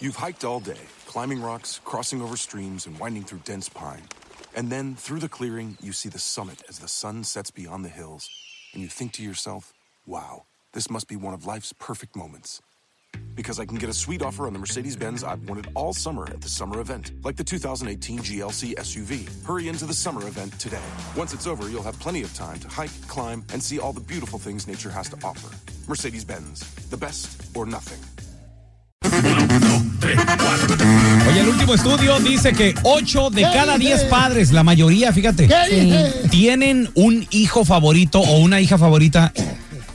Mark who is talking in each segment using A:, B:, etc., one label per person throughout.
A: You've hiked all day, climbing rocks, crossing over streams, and winding through dense pine. And then, through the clearing, you see the summit as the sun sets beyond the hills, and you think to yourself, wow, this must be one of life's perfect moments. Because I can get a sweet offer on the Mercedes Benz I've wanted all summer at the summer event, like the 2018 GLC SUV. Hurry into the summer event today. Once it's over, you'll have plenty of time to hike, climb, and see all the beautiful things nature has to offer. Mercedes Benz, the best or nothing.
B: Oye, el último estudio dice que 8 de cada 10 padres, la mayoría, fíjate, tienen un hijo favorito o una hija favorita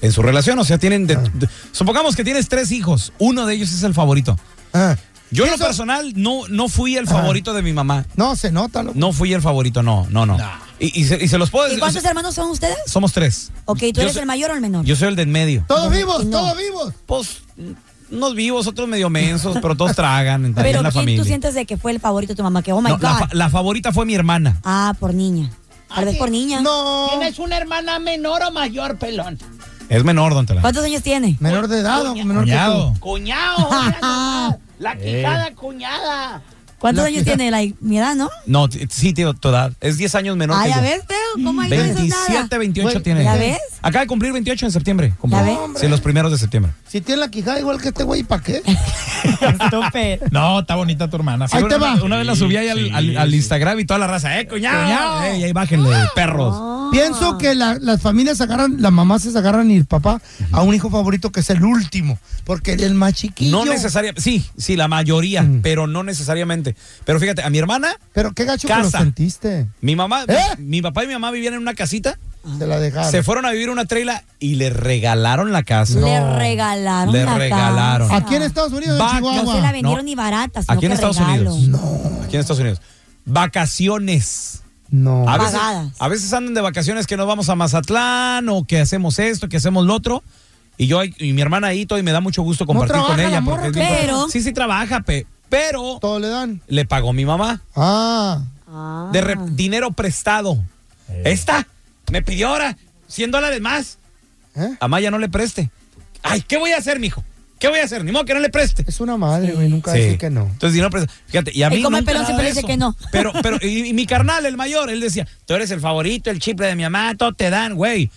B: en su relación. O sea, tienen. de- de- supongamos que tienes tres hijos, uno de ellos es el favorito.
C: Ah,
B: Yo, en lo
C: Eso-
B: personal, no, no fui el favorito de mi mamá.
C: no, se nota, loco.
B: No fui el favorito, no, no, no. Y, y se, y se los puedo
D: ¿Y
B: decir.
D: cuántos Oh. hermanos son ustedes?
B: Somos tres.
D: Ok, ¿tú
B: Yo
D: eres
B: soy-
D: el mayor o el menor?
B: Yo soy el de en medio.
C: Todos vivos,
D: No.
C: todos vivos.
B: Pues, unos vivos, otros medio mensos, pero todos tragan. en-
D: Pero
B: en la
D: ¿quién
B: familia.
D: tú sientes de que fue el favorito de tu mamá? Que, oh my
B: No,
D: God.
B: la, fa- la favorita fue mi hermana.
D: Ah, por niña. Tal vez por niña.
C: No.
E: ¿Tienes una hermana menor o mayor, pelón?
B: Es menor, don Tela.
D: ¿Cuántos años tiene?
C: Menor de edad o menor
B: Cuñado.
C: que
E: Cuñado, mira nomás, la quijada cuñada.
D: ¿Cuántos años tiene? La, mi edad, ¿no?
B: No, t- sí, tío, tu edad. Es 10 años menor.
D: Ah,
B: que
D: ya
B: yo.
D: ves, Teo. ¿Cómo ahí no dices nada?
B: 27, 28
C: Güey,
B: tiene.
D: ¿ya ves?
B: Acaba de cumplir 28 en septiembre. cumplió.
D: ¿Ya ves?
B: Sí, los primeros de septiembre.
C: tú. Si tiene la quijada igual que este güey, ¿para qué?
D: Estúpido.
F: No, está bonita tu hermana.
C: Ahí te va.
B: Una vez la subí ahí al, al- al Instagram y toda la raza. ¡Eh, cuñado! Ey, ahí bájenle, perros.
C: Pienso que la- las familias agarran, las mamás se agarran y el papá a un hijo favorito que es el último, porque él es el más chiquillo.
B: No necesariamente. Sí, sí, la mayoría, pero no necesariamente. Pero fíjate, a mi hermana,
C: Pero qué gacho que lo
B: Casa.
C: sentiste.
B: mi mamá,
C: ¿Eh?
B: mi papá y mi mamá vivían en una casita,
C: Te la dejaron.
B: se fueron a vivir una trailer y le regalaron la casa.
D: Le regalaron.
B: Le
D: la
B: regalaron.
D: casa.
C: Aquí en Estados Unidos, en
B: Vacas.
D: No se la
C: Chihuahua.
D: vendieron
B: No.
D: ni barata, sino
B: Aquí en
D: que
B: Estados
D: regalo.
B: Unidos. Aquí en Estados Unidos. Vacaciones.
C: No.
B: A veces,
D: Pagadas.
B: a veces andan de vacaciones que nos vamos a Mazatlán o que hacemos esto, que hacemos lo otro. Y yo y mi hermana ahí todo y me da mucho gusto compartir
C: trabaja
B: con
C: la
B: ella.
C: morra,
B: porque es
C: ¿qué?
B: bien-
D: Pero-
B: Sí, sí trabaja, pe- pero
C: Todo le dan.
B: le pagó mi mamá.
C: Ah.
D: Ah.
B: De re- dinero prestado. Esta me pidió ahora 100 dólares más.
C: ¿eh?
B: A Maya no le preste. Ay, ¿qué voy a hacer, mijo? ¿Qué voy a hacer? Ni modo que no le preste.
C: Es una madre, güey. Nunca
B: Sí.
C: decir que no.
B: Entonces, dinero prestado. Fíjate, y a
D: Y
B: mí
D: como el
B: nunca
D: pelón
B: nada
D: siempre
B: de
D: dice
B: eso.
D: que no.
B: Pero, pero, y, y mi carnal, el mayor, él decía, tú eres el favorito, el chipre de mi mamá, todo te dan, güey.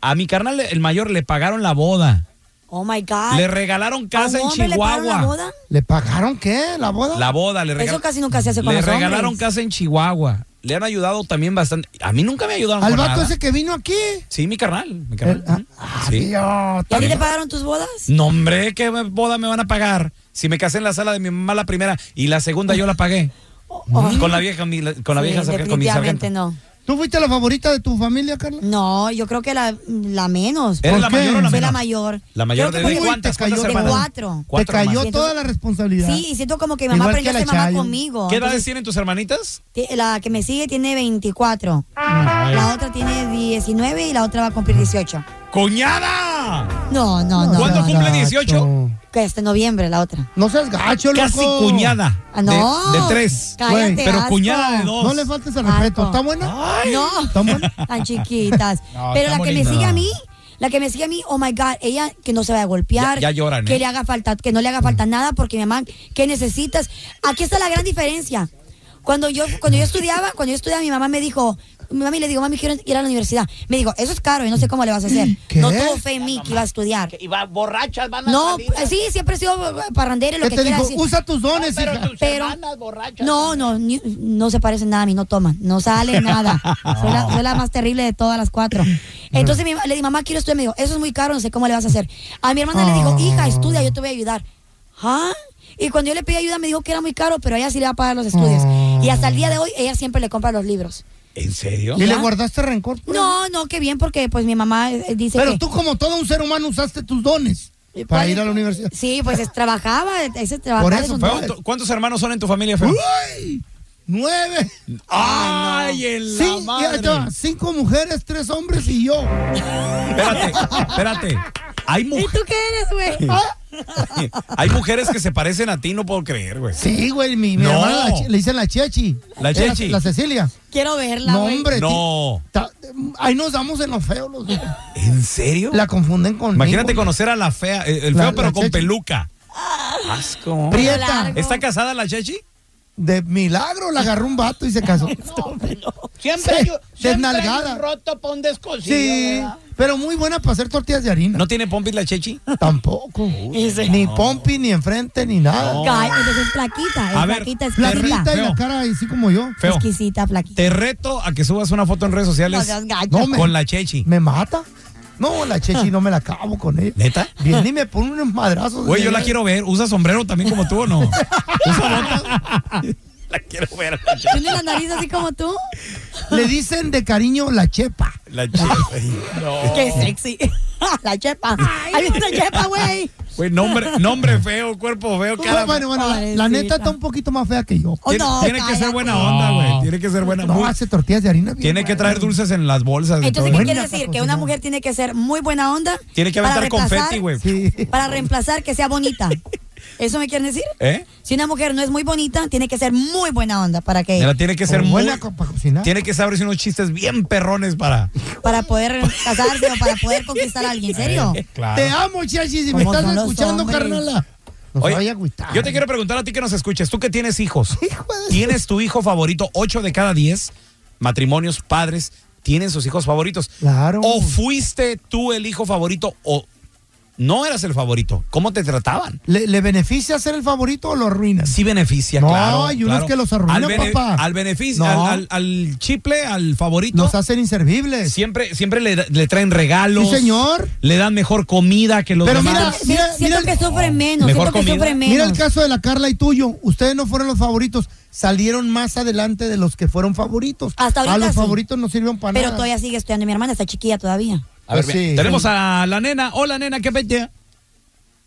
B: A mi carnal, el mayor, le pagaron la boda.
D: Oh my God.
B: le regalaron casa
D: ¿A un
B: en
D: hombre le
B: Chihuahua.
D: pagaron la boda?
C: ¿Le pagaron qué? ¿La boda?
B: La boda, le
D: Eso
B: regalaron.
D: casi nunca se hace con
B: Le
D: los
B: regalaron
D: hombres.
B: casa en Chihuahua. Le han ayudado también bastante. A mí nunca me ayudaron
C: ¿Al
B: con
C: vato
B: nada.
C: ese que vino aquí?
B: Sí, mi carnal. Mi carnal.
C: El- ah,
B: Ujú. Sí.
D: ¿Y a ti te pagaron tus bodas?
B: No, hombre, ¿qué boda me van a pagar? Si me casé en la sala de mi mamá la primera y la segunda yo la pagué. Con la vieja, mi- con la
D: Oh, Sí,
B: vieja sargento, con mi sargento.
D: definitivamente no.
C: ¿Tú fuiste la favorita de tu familia, Carla?
D: No, yo creo que la, la menos.
B: ¿Eres
C: ¿Por
B: la
C: qué?
B: mayor o la
D: Soy
B: menor?
D: la mayor.
B: La mayor
D: Creo
B: de,
D: que
B: de
D: porque-
B: cuántas,
C: te
B: cuántas
C: cayó de
B: hermanas?
D: cuatro.
C: Te
B: hermanas.
C: cayó toda la responsabilidad.
D: Sí, y siento como que mi mamá
C: Igual que
D: aprendió a
C: la
D: ser mamá
C: Chayo.
D: conmigo.
B: ¿Qué edades tienen tus hermanitas?
D: Ti- La que me sigue tiene 24. La otra tiene 19 y la otra va a cumplir 18.
B: ¡Cuñada!
D: No, no, no.
B: ¿Cuándo
D: no,
B: cumple
C: gacho.
B: 18?
D: Que Este noviembre, la otra.
C: No seas gacho, loco.
B: Casi cuñada.
D: Ah, no.
B: De, de tres.
D: Cállate,
C: Güey,
B: pero
D: asco.
B: cuñada de dos.
C: No le faltes el
D: Asco.
C: respeto. ¿Está buena?
D: No,
C: ¿Está buena?
D: tan chiquitas.
F: No,
D: pero la
F: está
D: que me
F: bonita.
D: sigue a mí, la que me sigue a mí, oh my God, ella que no se vaya a golpear.
B: Ya- ya lloran,
D: Que
B: ¿eh?
D: le haga falta, que no le haga falta nada porque mi mamá, ¿qué necesitas? Aquí está la gran diferencia. Cuando yo, cuando yo estudiaba, cuando yo estudiaba, mi mamá me dijo, mi mami le digo, mami, quiero ir a la universidad. Me dijo, eso es caro y no sé cómo le vas a hacer.
C: ¿Qué?
D: No tuvo fe en mí que iba a estudiar.
E: Que iba borrachas, van a
D: No, pues,
E: salir.
D: sí, siempre he sido parrandera y lo
C: ¿Qué
D: que
C: te
D: quiera
C: dijo?
D: decir.
C: Usa tus
E: No,
C: dones,
E: pero
C: hija.
E: tus
D: pero-
E: hermanas borrachas.
D: No, no, ni- no se parecen nada a mí, no toman, no sale nada. Soy, la, soy la más terrible de todas las cuatro. Entonces mi ma- le di, mamá, quiero estudiar. Me dijo, eso es muy caro, no sé cómo le vas a hacer. A mi hermana le dijo,
C: Oh.
D: hija, estudia, yo te voy a ayudar. ¿Ah? Y cuando yo le pedí ayuda me dijo que era muy caro, pero ella sí le va a pagar los estudios. Y hasta el día de hoy ella siempre le compra los libros.
B: ¿En serio?
C: ¿Y le
D: ¿Ya?
C: guardaste rencor? por eso?
D: No, no, qué bien, porque pues mi mamá eh, dice
C: Pero
D: que...
C: tú, como todo un ser humano, usaste tus dones
D: ¿Y
C: para
D: cuál-
C: ir a la universidad.
D: Sí, pues es- trabajaba, ese trabajaba.
C: Por eso,
D: es un
C: fue
D: don.
B: ¿Cuánto- ¿Cuántos hermanos son en tu familia, Fer?
D: Uh.
C: ¡Uy! ¡Nueve!
B: ¡Ay, en la
C: Sí, y ahí te va,
B: madre!
C: cinco mujeres, tres hombres y yo.
B: Espérate, espérate. Hay,
D: ¿Y
B: muj-
D: tú qué eres, güey? Ah,
B: hay mujeres que se parecen a ti, no puedo creer, güey.
C: Sí, güey, mi, mi
B: No.
C: hermana la chi- le dicen la Chechi.
B: La
C: Eh,
B: Chechi.
C: La, Cecilia.
D: Quiero verla,
C: no,
D: güey.
C: hombre.
B: No.
C: ti- ta- ahí nos damos en los feos. Los,
B: ¿En serio?
C: la confunden con.
B: Imagínate conocer a la fea, eh, el
C: La-
B: feo, pero
C: la
B: con
C: Chechi.
B: peluca. Asco.
C: Prieta.
D: Largo.
B: ¿Está casada la Chechi?
C: De milagro la agarró un vato y se casó.
E: Siempre,
C: Sí,
E: hay, un- siempre hay
C: desnalgada.
E: un roto para un descosido.
C: Sí,
E: ¿verdad?
C: pero muy buena para hacer tortillas de harina.
B: ¿No tiene pompis la Chechi?
C: Tampoco. Ni pompi, ni enfrente, ni nada.
D: Ay, entonces es flaquita, es
B: Oh. A ver,
D: flaquita, es
C: Flaquita
D: flaquita.
C: y
B: Feo.
C: la cara así como yo.
B: Feo.
D: Exquisita, flaquita.
B: Te reto a que subas una foto en redes
D: No
B: sociales
D: seas gacho.
C: No, me-
B: con la Chechi.
C: ¿Me mata? No, la chechi no me la acabo con ella.
B: ¿Neta?
C: Bien, y me pone unos madrazos.
B: Güey, yo la quiero ver. ¿Usa sombrero también como tú o no? ¿Usa botas? la quiero ver. la Chechi.
D: ¿Tiene la nariz así como tú?
C: Le dicen de cariño la chepa.
B: La Chechi. Oh.
D: Qué sexy. la chepa. Ahí está chepa, güey.
B: Güey, nombre, nombre feo, cuerpo feo, cara.
C: No, bueno, bueno, la, la
D: Pobrecita.
C: neta está un poquito más fea que yo.
D: Oh,
B: Tiene,
D: no,
B: tiene que
D: cállate.
B: ser buena onda, güey. Tiene que ser buena.
C: No
B: muy-
C: hace tortillas de harina. bien
B: tiene que
C: buenas.
B: traer dulces en las bolsas. y
D: Entonces,
B: todo.
D: ¿qué
C: Buena
D: quiere decir?
C: para
D: Que una
C: cocinar.
D: mujer tiene que ser muy buena onda.
B: Tiene que
D: para
B: aventar
D: reemplazar-
B: confeti, güey.
C: Sí.
D: Para reemplazar que sea bonita. ¿Eso me quieren decir?
B: ¿Eh?
D: Si una mujer no es muy bonita, tiene que ser muy buena onda para que
B: Mira, tiene que ser
C: Como
B: muy.
C: buena co- para cocinar.
B: Tiene que saberse unos chistes bien perrones para.
D: para poder casarse o para poder conquistar a alguien. ¿En serio?
B: Eh, claro.
C: Te amo, Chachi, si me
D: ¿Cómo
C: estás
D: son los
C: escuchando,
D: hombres?
C: carnala. No se
B: Oye,
C: vaya a agüitar.
B: yo te quiero preguntar a ti que nos escuches. Tú que tienes hijos.
C: Hijo de-
B: ¿Tienes tu hijo favorito? Ocho de cada diez matrimonios, padres, tienen sus hijos favoritos.
C: Claro.
B: ¿O fuiste tú el hijo favorito o no eras el favorito? ¿Cómo te trataban?
C: ¿Le, le beneficia ser el favorito o lo arruinas?
B: Sí beneficia,
C: No,
B: claro.
C: hay unos
B: claro.
C: que los arruinan,
B: al bene-
C: papá.
B: Al beneficio,
C: No.
B: al, al- al chiple, al favorito.
C: Nos hacen inservibles.
B: Siempre, siempre le, da- le traen regalos.
C: Sí, señor.
B: Le dan mejor comida que los
C: Pero
B: demás.
D: Si-
C: Mira, mira
D: siento
C: el-
D: que sufren menos,
B: Mejor
D: siento que
B: comida.
D: sufren menos.
C: Mira el caso de la Carla y tuyo. Ustedes no fueron los favoritos. Salieron más adelante de los que fueron favoritos.
D: Hasta ahorita
C: A los
D: sí.
C: favoritos no sirven para
D: Pero
C: nada.
D: todavía sigue estudiando. Mi hermana está chiquilla todavía.
B: A ver,
C: Pues
B: mira,
C: sí.
B: tenemos a la nena. Hola, nena, qué bella.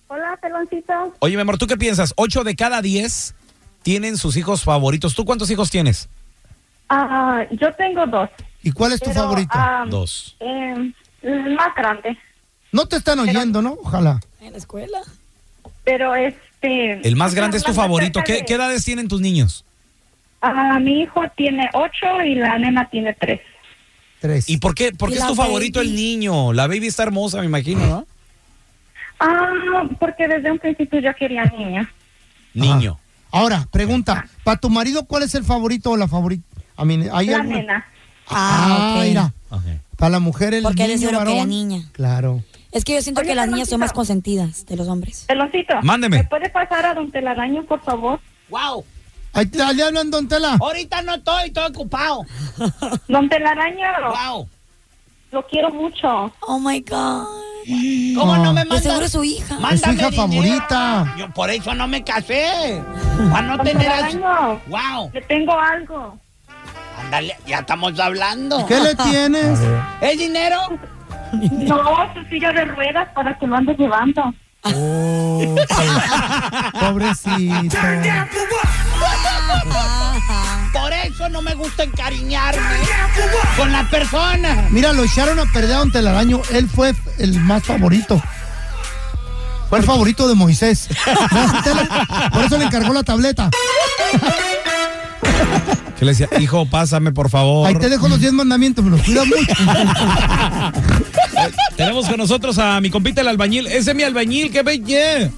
F: Hola, peloncito.
B: Oye, mi amor, ¿tú qué piensas? Ocho de cada diez tienen sus hijos favoritos. ¿Tú cuántos hijos tienes?
F: Ah, yo tengo dos.
C: ¿Y cuál es tu
F: pero,
C: favorito?
F: ah,
B: Dos.
F: eh, el más grande.
C: No te están oyendo, ¿no? Ojalá.
D: En la escuela.
F: Pero este.
B: El más grande es tu
F: más
B: favorito.
F: cerca
B: ¿Qué,
F: de-
B: qué edades tienen tus niños?
F: Ah, mi hijo tiene ocho y la nena tiene tres.
C: Tres.
B: ¿Y por qué, por
D: Y
B: qué es
D: la
B: tu favorito
D: baby.
B: el niño? La baby está hermosa, me imagino, ¿no?
F: Ah, porque desde un principio yo quería niña.
B: Niño.
C: Ahora,
F: Ah.
C: pregunta. ¿Para tu marido cuál es el favorito o la favorita? A mí, ¿hay
F: La
C: alguna?
F: nena.
C: Ah,
D: Ah, ok.
C: mira. Para la mujer el
D: Porque él
C: niño
D: es lo que era
C: varón.
D: niña.
C: Claro.
D: Es que yo siento
F: Oye,
D: que las
F: pero
D: niñas son
F: no-
D: más consentidas de los hombres.
F: Peloncito.
B: Mándeme.
F: ¿Me puede pasar a don Telaraño, por favor?
E: Wow.
C: Ahí te- le hablan, don Tela.
E: Ahorita no estoy, estoy ocupado.
F: Don Telaraño,
E: Wow.
F: lo quiero mucho.
D: Oh my God.
E: ¿Cómo no,
C: No.
E: me
D: De seguro
E: mandas?
D: es su hija.
E: Mándame
C: Es su hija
E: dinero.
C: favorita.
E: Yo por eso no me casé. Para no
F: Don
E: tener a...
F: Telaraño,
E: Wow.
F: le tengo algo.
E: Ándale, ya estamos hablando.
C: ¿Qué le tienes?
E: ¿Es dinero?
F: No, su silla de ruedas para que lo andes llevando.
C: Oh, pobrecito.
E: Por eso no me gusta encariñarme con la persona.
C: Mira, lo echaron a perder a Don Telaraño. Él fue el más favorito. Fue el favorito de Moisés. Don Tela, Por eso le encargó la tableta.
B: Que le decía, hijo, pásame, por favor.
C: Ahí te dejo los 10 mandamientos, me los cuida mucho.
B: Tenemos con nosotros a mi compita el albañil. Ese es mi albañil, qué bella.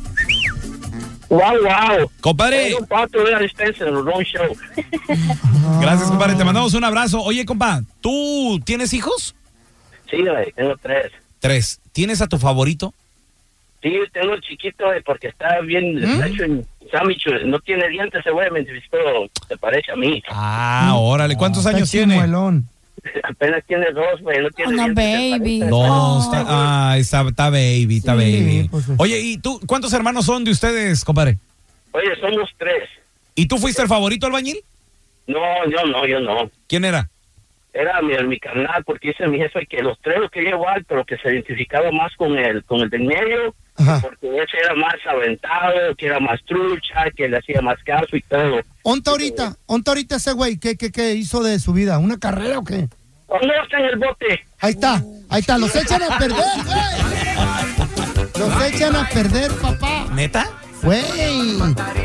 G: Wow, wow.
B: Compadre,
G: Era un pato de la distancia del Ron Show.
B: gracias, compadre. Te mandamos un abrazo. Oye, compa, ¿tú tienes hijos?
G: Sí, güey, tengo tres.
B: Tres. ¿Tienes a tu favorito?
G: Sí, tengo el chiquito güey, porque está bien
D: ¿Mm?
G: está hecho en sándwich. güey. No tiene dientes, seguramente, pero se parece a mí.
B: Ah, órale. ¿Cuántos años
C: Está
B: tiene?
C: chimuelón.
G: Apenas tiene dos, güey. No tiene
D: Oh, no,
G: dientes. se
D: baby.
G: parece.
B: No, está, ah, está, está baby, está
C: Oh, Sí,
B: baby.
C: pues, sí.
B: Oye, ¿y tú cuántos hermanos son de ustedes, compadre?
G: Oye, somos tres.
B: ¿Y tú fuiste el favorito albañil?
G: No, yo no, yo no.
B: ¿Quién era?
G: Era mi, mi carnal, porque dice mi jefe que los tres los quería igual, pero que se identificaba más con el, con el del medio,
D: Ah.
C: Ajá.
G: porque ese era más aventado, que era más trucha, que le hacía más caso y todo.
C: Onta ahorita, onta ahorita ese güey, ¿qué, qué, qué hizo de su vida? ¿Una carrera o qué?
G: ¿Dónde está en el bote?
C: Ahí está, ahí está, los echan a perder, güey. Los echan a perder, papá.
B: ¿Neta?
C: Güey,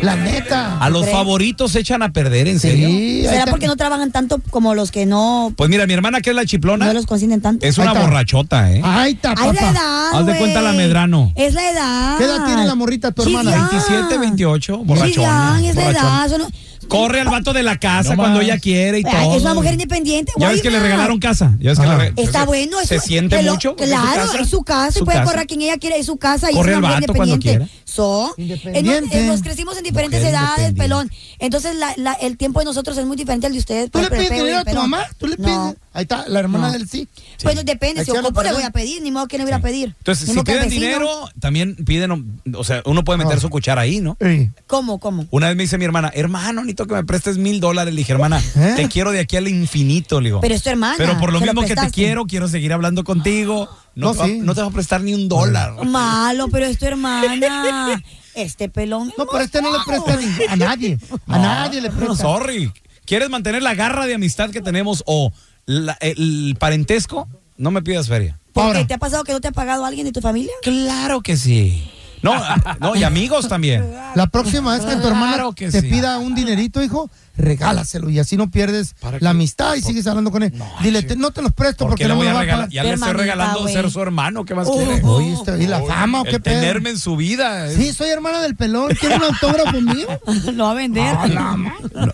C: La neta.
B: A los
D: ¿Crees?
B: favoritos se echan a perder, en serio.
C: Sí. ahí
D: ¿Será
C: está.
D: porque no trabajan tanto como los que no,
B: Pues mira, mi hermana que es la chiplona
D: no los Ah. consienten tanto?
B: es
C: Ahí
B: una
C: está.
B: borrachota, ¿eh?
C: Ahí está,
D: Ay, la
C: papá.
D: edad,
B: Haz de
D: güey.
B: cuenta la Medrano.
D: Es la edad.
C: ¿Qué edad tiene la morrita tu
D: Sí,
C: hermana?
D: ya.
B: 27, 28,
D: Sí,
B: borrachona.
D: ya, es la
B: borrachona.
D: edad. eso no-
B: Corre al vato de la casa
E: No
B: cuando
E: más.
B: ella quiere y
D: Ay,
B: todo.
D: es una mujer independiente.
B: Ya
D: güey,
B: ves que le
D: ma.
B: regalaron casa. Ya ves que
C: Ajá.
B: le re-
D: Está bueno.
B: Se
D: eso-
B: siente
D: que lo-
B: mucho. en su
D: Claro,
B: casa.
D: es su casa. Y
B: Su
D: puede
B: casa.
D: correr a quien ella quiera. Es su casa. Y
B: Corre
D: es
B: el
D: una mujer
B: vato cuando
D: independiente.
B: quiera.
D: So, es no-
C: Independiente.
D: es- nos crecimos en diferentes
B: Mujer
D: edades,
B: independiente.
D: pelón. Entonces, la- la- el tiempo de nosotros es muy diferente al de ustedes.
C: ¿Tú
D: por-
C: le
D: por el
C: pides
D: peo y
C: dinero
D: el
C: a tu
D: pelón.
C: mamá? ¿Tú le
D: No.
C: pides? Ahí está, la hermana
D: No.
C: del sí.
D: Bueno, depende.
C: Ahí
D: Si
C: se lo
D: ocupo, le
C: perdonan.
D: voy a pedir. Ni modo que no voy a pedir.
B: Entonces,
D: Ni
B: si
D: modo que al
B: piden
D: vecino.
B: dinero, también piden, o sea, uno puede meter
C: Ah.
B: su cuchara ahí, ¿no?
C: Ey.
D: ¿Cómo, cómo?
B: Una vez me dice mi hermana, hermano, necesito que me prestes mil dólares. Le dije, hermana,
C: ¿Eh?
B: te quiero de aquí al infinito, le digo.
D: Pero es tu hermana,
B: Pero por lo
D: se lo
B: mismo que te
D: prestaste.
B: quiero, quiero seguir hablando contigo. No,
C: No,
B: te, va,
C: sí.
B: no te va a prestar ni un dólar.
D: Malo, pero es tu hermana. Este pelón.
C: No, pero este no le presta ni- a nadie. A nadie le
B: No,
C: presta.
B: sorry. ¿Quieres mantener la garra de amistad que tenemos o la- el parentesco? No me pidas feria.
D: ¿Por qué
C: Ahora.
D: te ha pasado que no te ha pagado alguien de tu familia?
B: Claro que sí. No, ah, no, y amigos también.
C: La próxima vez que tu hermana
B: Claro que
C: te
B: sí.
C: pida un dinerito, hijo, regálaselo y así no pierdes
B: ¿Para qué?
C: la amistad y sigues hablando con él. Dile, te- no te los presto
B: Porque
C: porque
B: le
C: no me
B: voy
C: lo
B: a
C: va a
B: regalar.
C: pagar.
B: Ya le estoy
D: Hermanita,
B: regalando ser
D: güey.
B: su hermano. ¿Qué más
D: Uh,
B: quiere?
D: uh,
C: Oye, este- ¿y la fama o qué
B: El
C: pedo?
B: tenerme en su vida. es-
C: Sí, soy hermana del pelón. ¿Quieres un autógrafo mío?
D: Lo va a vender.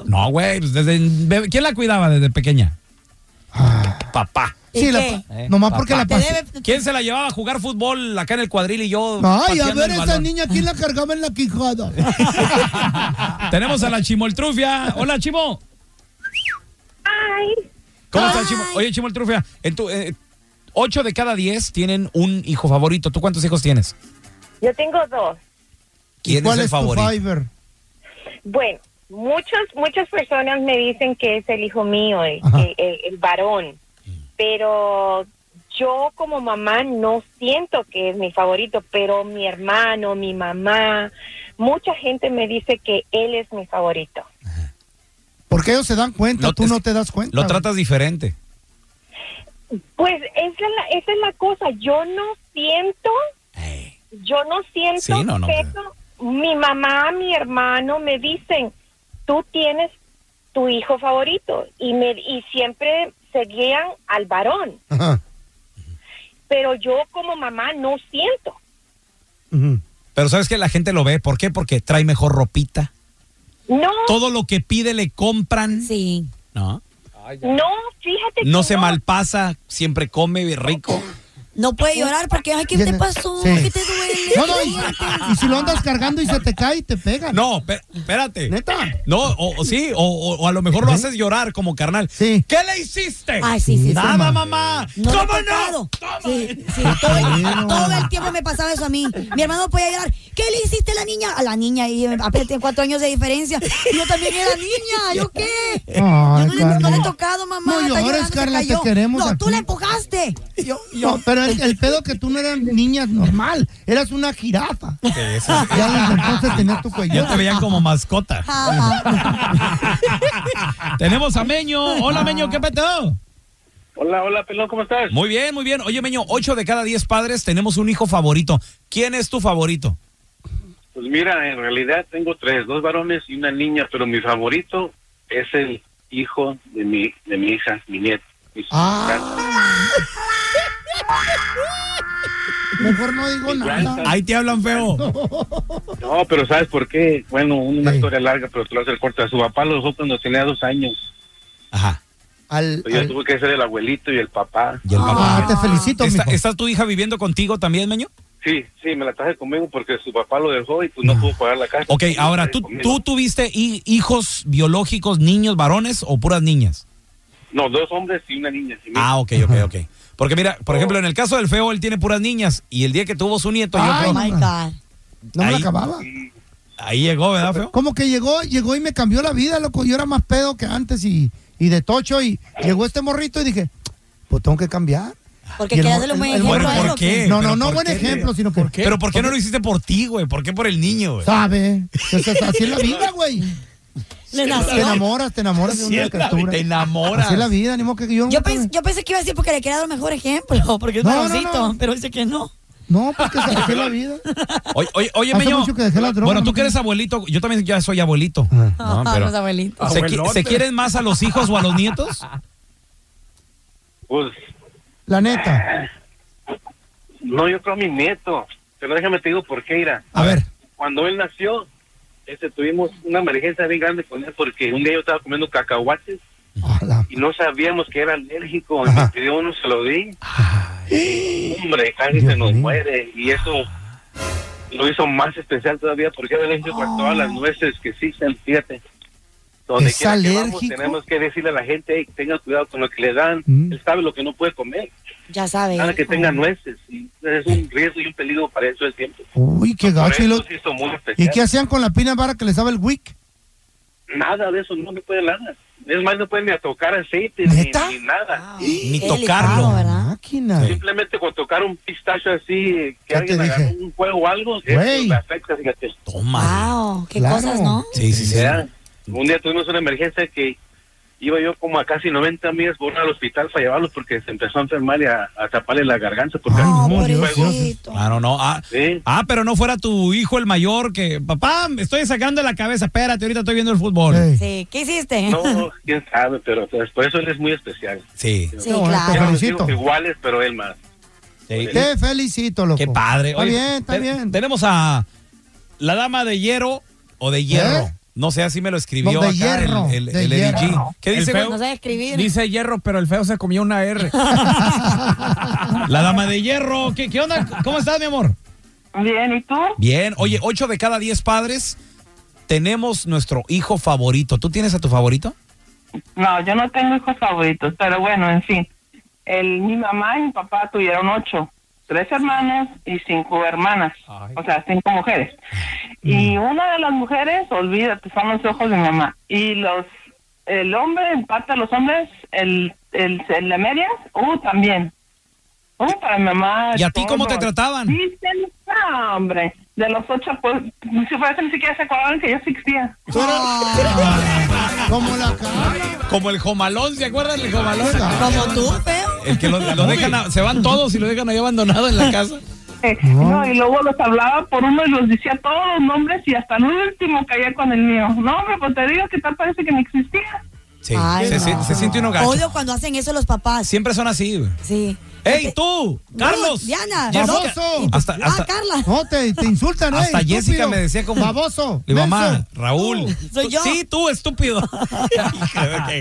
B: No, güey. pues desde- bebé- ¿Quién la cuidaba desde pequeña?
C: Ah.
B: Papá.
D: ¿Y
C: Sí, la,
D: qué?
B: Eh,
C: nomás
B: papá.
C: porque la
D: Te
C: pasé.
D: debe.
B: ¿Quién se la llevaba a jugar fútbol acá en el cuadril y yo?
C: Ay, a
B: pateando
C: ver
B: el
C: esa
B: balón?
C: niña, ¿quién la cargaba en la quijada?
B: Tenemos a la Chimoltrufia. Hola, Chimo.
F: Ay,
B: ¿Cómo estás, Chimo?
D: Ay.
B: Oye, Chimoltrufia, en tu, eh, ocho de cada diez tienen un hijo favorito. ¿Tú cuántos hijos tienes?
F: yo tengo dos.
B: ¿Quién
C: ¿Cuál
B: es el
C: es tu
B: favorito?
C: Fiverr?
F: Bueno, muchas, muchas personas me dicen que es el hijo mío, el,
C: Ajá.
F: el- el- el varón, pero yo como mamá no siento que es mi favorito, pero mi hermano, mi mamá, mucha gente me dice que él es mi favorito.
C: Porque ellos se dan cuenta,
B: No,
C: tú
B: es
C: no
B: que
C: te das cuenta.
B: Lo tratas diferente.
F: Pues esa es la, esa es la cosa, yo no siento, yo no siento,
B: Sí, no, no.
F: pero mi mamá, mi hermano me dicen, tú tienes tu hijo favorito y, me, y siempre seguían al varón,
C: Ajá.
F: pero yo como mamá no siento.
C: Ujú.
B: Pero sabes que la gente lo ve. ¿Por qué? Porque trae mejor ropita.
F: No,
B: Todo lo que pide le compran.
D: Sí.
B: No.
F: no, fíjate que
B: No se
F: no.
B: malpasa, siempre come rico.
D: No puede llorar porque, ay, ¿qué
C: Ya
D: te
C: no-
D: pasó?
C: sí.
D: ¿Qué te duele?
C: No, no,
D: ¿Qué
C: y,
D: sientes?
C: y si lo andas cargando y se te cae, te pega.
B: No, pe- espérate.
C: Neta.
B: No, o, o sí, o, o- o a lo mejor lo haces llorar como carnal.
C: Sí.
B: ¿Qué le hiciste?
D: Ay, sí, sí, sí.
B: Nada,
C: mamá.
B: mamá.
D: No
B: ¿Cómo
D: me ha
B: no?
D: tocado.
B: Toma.
D: Sí, sí, todo, el, todo el tiempo me pasaba eso a mí. Mi hermano podía llorar. ¿Qué le hiciste a la niña? A la niña, y eh, apenas tiene cuatro años de diferencia. Y yo también era niña, ¿yo qué?
C: Ay,
D: Yo no, le, no
C: Carla.
D: le he tocado, mamá.
C: No
D: está
C: llores,
D: llorando, se
C: Carla, te
D: cayó.
C: queremos
D: No, tú
C: aquí.
D: la empujaste.
C: No, pero el, el pedo que tú no eras niña normal, eras una jirafa. Ya desde entonces tenías tu cuello.
B: Ya te veían como mascota.
D: Ajá.
B: Tenemos a Meño. Hola, Meño, ¿qué peteo?
G: Hola, hola, pelón, ¿cómo estás?
B: Muy bien, muy bien. Oye, Meño, ocho de cada diez padres tenemos un hijo favorito. ¿Quién es tu favorito?
G: Pues mira, en realidad tengo tres, dos varones y una niña, pero mi favorito es el hijo de mi, de mi hija, mi nieto. mi-
C: Ah. Mejor no digo nada.
B: Ahí te hablan feo.
G: No, pero ¿sabes por qué? Bueno, una
C: Sí.
G: historia larga, pero te lo hace el corta. Su papá lo dejó cuando tenía dos años.
B: Ajá.
C: Al,
G: Yo
C: al-
G: tuve que ser el abuelito y el papá.
B: Y el
C: Ah,
B: papá.
C: te felicito,
B: ¿Está,
C: mijo.
B: está tu hija viviendo contigo también, Meño?
G: Sí, sí, me la traje conmigo porque su papá lo dejó y pues no pudo pagar la casa.
B: Ok,
G: Me la
B: ahora,
G: traje
B: ¿tú,
G: conmigo.
B: ¿tú tuviste hi- hijos biológicos, niños, varones o puras niñas?
G: No, dos hombres y una niña. sí, mira.
B: Ah, ok, ok, ok. Porque mira, por ejemplo, en el caso del feo, él tiene puras niñas. Y el día que tuvo su nieto, yo
C: Ay,
D: Oh
B: creo-
D: my God.
C: No me la
B: ahí-
C: acababa.
B: ahí llegó, ¿verdad, ¿Ah, feo?
C: Como que llegó, llegó y me cambió la vida, loco. Yo era más pedo que antes y, y de tocho. Y llegó este morrito y dije, pues tengo que cambiar.
D: Porque
C: Y el
D: querías darle
C: mo-
D: un buen
C: el- el
D: ejemplo
B: bueno,
D: a él,
B: ¿por
D: ¿o qué?
B: qué?
C: No,
B: ¿Pero
C: no, no,
B: por
C: buen
B: qué?
C: ejemplo, sino que.
B: ¿Pero por qué no lo hiciste por ti, güey? ¿Por qué por el niño, güey?
C: Sabe. Pues, es- Así es la vida, güey.
D: Le nació.
C: Te enamoras, te enamoras de
B: Sí,
C: una
B: es la-
C: criatura.
B: Te enamoras.
C: Así es la vida, ni modo que yo.
D: Yo,
C: nunca me-
D: pens- yo pensé que iba a decir porque le quería dar un mejor ejemplo, porque es
C: No, no,
D: varoncito,
C: no.
D: pero dice que no.
C: No, pues que se dejé la vida.
B: Oye, oye, oye,
C: Hace
B: Meño.
C: mucho que dejé la droga,
B: bueno, tú
C: no Ah.
B: que eres abuelito, yo también ya soy abuelito. No, pero-
D: Vamos, Ah, abuelito.
B: ¿se, qui-
H: Abuelote.
B: se quieren más a los hijos o a los nietos?
G: Pues,
C: La neta.
G: no, yo creo a mi nieto. Pero déjame te digo por qué, Ira.
C: A ver.
G: Cuando él nació, este, tuvimos una emergencia bien grande con él porque un día yo estaba comiendo cacahuates
C: a la-
G: y no sabíamos que era alérgico. Y
C: Ajá. Ah.
G: me pidió uno, se lo di. Hombre, casi se nos muere. Y eso lo hizo más especial todavía porque era alérgico a todas las nueces que existen, fíjate. Donde
C: ¿Es
G: quiera que vamos,
C: alérgico?
G: tenemos que decirle a la gente "Ey, tenga cuidado con lo que le dan.
C: Mm.
G: Él sabe lo que no puede comer.
D: Ya sabes.
G: Nada que tenga nueces. Y es un riesgo y un peligro para eso el tiempo.
C: Uy, qué
G: Por
C: gacho. ¿Y,
G: eso
C: lo-
G: se hizo muy especial.
C: ¿Y qué hacían con la pina barra que les daba el wick?
G: Nada de eso, no me puede nada. Es más, no pueden ni a tocar aceite ni,
C: ¿Neta? Ah.
G: ni nada.
B: Ni
D: Qué
B: tocarlo.
D: delicado, Ah, ¿verdad?
C: Máquina.
G: Simplemente con tocar un pistacho así,
C: ¿Qué
G: que alguien
C: te dije?
G: agarró un juego o algo,
C: Güey.
G: eso le afecta, fíjate.
B: Toma.
D: Wow, qué
C: Claro.
D: cosas, ¿no?
B: Sí, sí, sí.
G: Ya, Un día tuvimos una emergencia que iba yo como a casi 90 millas por hora al hospital para llevarlos porque se empezó a enfermar y a, a taparle la garganta. Porque
D: No,
C: no, Ah, Dios,
D: pobrecito.
B: Claro, no. Ah,
G: Sí.
B: ah, pero no fuera tu hijo el mayor que, papá, me estoy sacando la cabeza, espérate, ahorita estoy viendo el fútbol.
C: Ey.
D: Sí, ¿qué hiciste?
G: no, quién sabe, pero pues, por eso él es muy especial.
B: Sí,
D: Sí,
C: Qué bonito,
G: Ya
D: claro.
G: los
C: felicito.
G: hijos iguales, pero él más.
B: sí.
C: Te felicito, loco.
B: Qué padre.
C: Está
B: Oye,
C: bien, está
B: te-
C: bien.
B: Tenemos a la dama de hierro o de hierro.
C: ¿Eh?
B: No sé, así me lo escribió
C: No, de
B: acá
C: hierro,
B: el, el,
C: de
B: el Eddie G.
C: hierro.
B: ¿Qué
H: El
B: dice,
H: feo.
B: güey?
D: No sabes escribir.
H: Dice hierro, pero el feo se comió una R.
B: La dama de hierro. ¿Qué, qué onda? ¿Cómo estás, mi amor?
F: Bien, ¿y tú?
B: Bien. Oye, 8 de cada 10 padres tenemos nuestro hijo favorito. ¿Tú tienes a tu favorito?
F: No, yo no tengo hijos favoritos, pero bueno, en fin. El, mi mamá y mi papá tuvieron ocho, tres hermanos y cinco hermanas, o sea, cinco mujeres. Y
B: Mm.
F: una de las mujeres, olvídate, son los ojos de mi mamá. Y los, el hombre, en parte de los hombres, el, el, el de medias, uh, también. Uh, para mi mamá.
B: ¿Y a ti cómo
F: todo.
B: te trataban?
F: Dicen, no, hombre, de los ocho, pues, ni se parece, ni siquiera se acordaban que yo existía.
C: Tú eres- Ah, Como la cara.
B: Como el Jomalón, ¿se acuerdan del Jomalón?
D: Como tú, feo.
B: El que lo, lo dejan, a- se van todos y lo dejan ahí abandonado en la casa.
F: Eh, No, y luego los hablaba por uno y los decía todos los nombres y hasta el último caía con el mío. No, hombre, pues te digo que tal parece que no existía.
B: Sí,
D: Ay,
B: se,
D: no.
B: se- se siente uno gacho.
D: Odio cuando hacen eso los papás.
B: Siempre son así, güey.
D: Sí.
B: ¡Ey,
D: Te-
B: tú!
D: No,
B: ¡Carlos!
D: Diana,
B: Jessica.
C: baboso.
B: Hasta,
D: Ah,
B: hasta,
D: Carla.
C: No, te, te insultan, ¿eh?
B: hasta
C: Estúpido.
B: Jessica me decía como...
C: Baboso.
B: Le digo, mamá,
C: menso.
B: Raúl.
D: Soy
B: tú-
D: yo.
B: Sí, tú, estúpido. Hija de-